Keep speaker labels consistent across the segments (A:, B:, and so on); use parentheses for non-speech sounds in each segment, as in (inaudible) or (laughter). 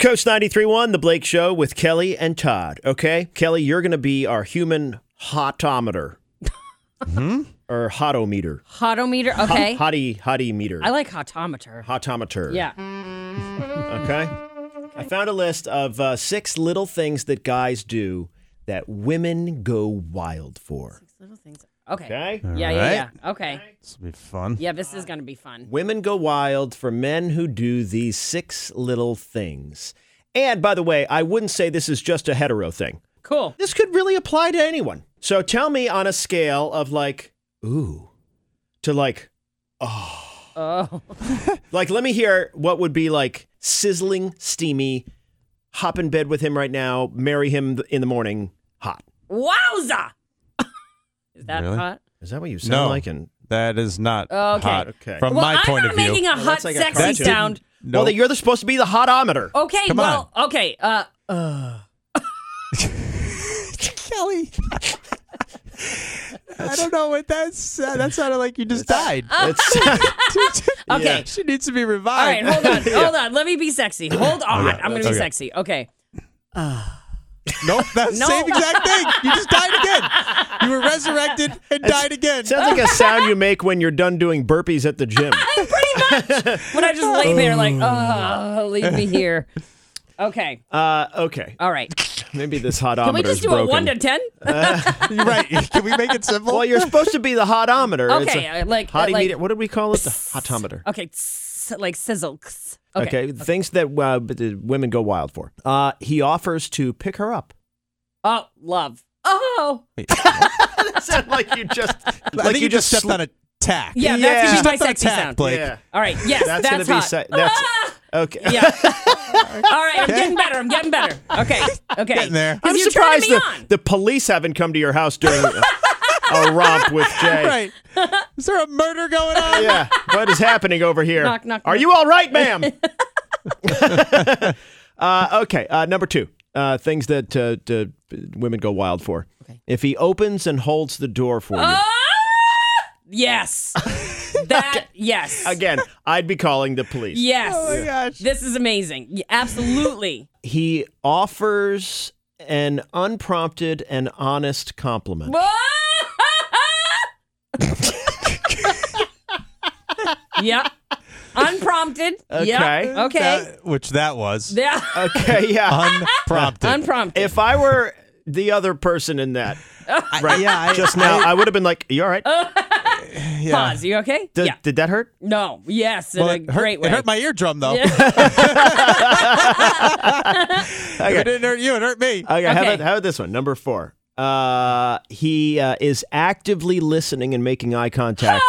A: Coach 93.1, The Blake Show with Kelly and Todd. Okay? Kelly, you're going to be our human hotometer. Or hotometer.
B: Hotometer. Okay.
A: Hottie, hottie meter.
B: I like hotometer.
A: Hotometer.
B: Yeah.
A: Okay. I found a list of uh, six little things that guys do that women go wild for.
B: Little things. Okay.
A: Okay?
B: Yeah, yeah, yeah. Okay.
C: This will be fun.
B: Yeah, this is going to be fun.
A: Women go wild for men who do these six little things. And by the way, I wouldn't say this is just a hetero thing.
B: Cool.
A: This could really apply to anyone. So tell me on a scale of like, ooh, to like,
B: Oh.
A: like, let me hear what would be like sizzling, steamy, hop in bed with him right now, marry him th- in the morning, hot.
B: Wowza. (laughs) is that
C: Really?
B: hot?
A: Is that what you sound
C: No.
A: like? And
C: That is not
B: Oh, Okay.
C: hot.
A: Okay.
C: From
B: well,
C: my
B: I'm
C: point
B: not
C: of view.
B: making a
A: Well,
B: hot,
A: that's like a
B: sexy
A: cartoon.
B: sound.
C: no.
A: well, then you're the- supposed to be the hotometer. (laughs)
B: Okay.
C: Come
B: well, okay. Uh,
C: Kelly. (laughs) I don't know what that's. Uh, that sounded like you just died.
A: It's,
B: (laughs) okay.
C: she needs to be (laughs)
B: All right.
C: revived.
B: Hold on. Hold on. Let me be sexy. Hold on. I'm going to be
C: (laughs) okay.
B: sexy. Okay.
C: Nope, that's
B: No.
C: the same exact thing. You just died again. You were resurrected and died again.
A: it sounds like a sound you make when you're done doing burpees at the gym.
B: (laughs) When I just lay there
C: (laughs)
B: like, oh, leave me here. Okay.
A: Uh, okay.
B: All right.
A: Maybe this
B: Can we
A: hotometer is
B: just do
A: broken.
B: a one to ten?
C: You're (laughs) right. Can we make it simple?
A: well, you're supposed to be the hotometer. It's
B: Okay,
A: a-
B: uh, like-
A: hottie
B: like-
A: meter. What did we call it? The hotometer.
B: Okay. tss, Like sizzle. tss. Okay.
A: Okay. Things that uh, b- the women go wild for. Uh, he offers to pick her up.
B: Oh, love. Oh.
A: Sound (laughs) like you just.
C: I think you just stepped on a tack.
B: Yeah,
A: Yeah.
B: that's
A: Just
B: gonna be my
C: Stepped on a
B: sexy
C: tack,
B: sound.
C: Blake.
A: Yeah.
B: All right. Yes,
A: That's
B: that's,
A: gonna be
B: hot.
A: se- that's-
B: Ah!
A: Okay.
B: (laughs) Yeah. All right. I'm getting better. I'm getting better. Okay.
A: (laughs)
B: Okay.
C: Getting there.
A: (laughs)
B: 'Cause
A: I'm
B: you're turning
A: surprised
B: me
A: the,
B: on.
A: the police haven't come to your house during a, a romp with Jay.
C: Right. Is there a murder going on? (laughs)
A: Yeah. What is happening over here?
B: Knock, knock,
A: Are
B: knock.
A: you all right, ma'am? (laughs) uh, okay. Uh, number two uh, things that uh, d- women go wild for.
B: Okay.
A: If he opens and holds the door for you.
B: Ah! Yes.
A: (laughs)
B: That. Yes.
A: Again, I'd be calling the police.
B: Yes.
C: Oh my gosh.
B: This is amazing. Y- Absolutely. (laughs)
A: He offers an unprompted and honest compliment.
B: yep. Unprompted. Yep. Okay.
C: That- which that was.
B: yeah.
A: Okay,
C: (laughs) Uh,
A: yeah.
C: Unprompted.
B: (laughs) Unprompted.
A: Uh, if I were the other person in
B: (laughs)
A: that
C: I- yeah, I,
A: just now, I would have been like, "You all right?
C: yeah.
B: Pause. You okay?
A: Did,
B: Oh, yeah.
A: did that hurt?"
B: No. Yes.
C: Well,
B: in
C: it
B: a
C: hurt,
B: great way.
C: It hurt my eardrum though.
B: Yeah.
C: If (laughs) it didn't hurt you. It hurt me.
D: Uh,
A: Okay, How,
B: Okay.
A: about, how about this one? Number four. Uh, he uh, is actively listening and making eye
B: (laughs)
A: contact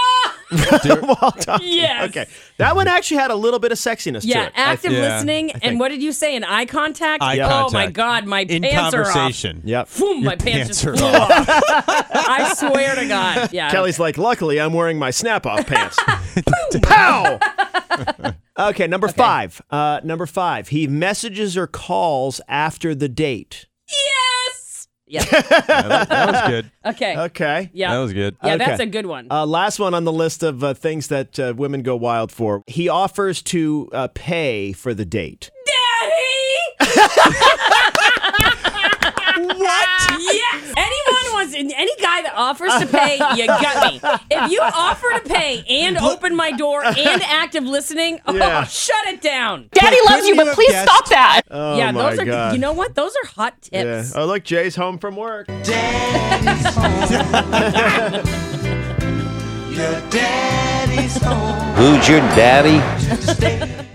C: (laughs)
A: while talking.
B: Yes.
A: Okay, that one actually had a little bit of sexiness to
B: Yeah,
A: it. I
B: active
A: think.
C: Yeah,
B: listening.
A: I
B: and
A: think.
B: what did you say? An eye contact?
C: Eye
B: oh
C: contact.
B: my God, my
C: In
B: pants are off.
C: conversation.
A: Yep.
B: Boom, my pants,
C: Pants are
B: just flew
C: off.
B: off. I swear to
C: (laughs)
B: God. Yeah.
A: Kelly's like, luckily, I'm wearing my snap-off pants. Pow! okay, number five. Uh, number five. He messages or calls after the date.
B: Yes.
C: (laughs)
B: Yeah.
C: Yeah, that, that was good.
B: Okay.
A: Okay.
B: Yeah.
C: That was good.
B: yeah, that's
A: okay.
B: a good one.
A: Uh, last one on the list of uh, things that uh, women go wild for. He offers to uh, pay for the date.
B: Daddy! (laughs) what? Yes.
C: (laughs)
B: Anyone wants any guy that offers to pay, you got me. If you offer to pay and open my door and active listening, oh,
A: Yeah.
B: shut it down.
D: Daddy loves you,
C: couldn't you
D: but
C: have
D: please
C: guessed?
D: stop that.
A: Oh
B: yeah,
A: my
B: those are
A: God.
B: you know what? Those are hot
A: Yeah.
B: tips.
A: Oh, look, Jay's home from work.
E: Who's your daddy?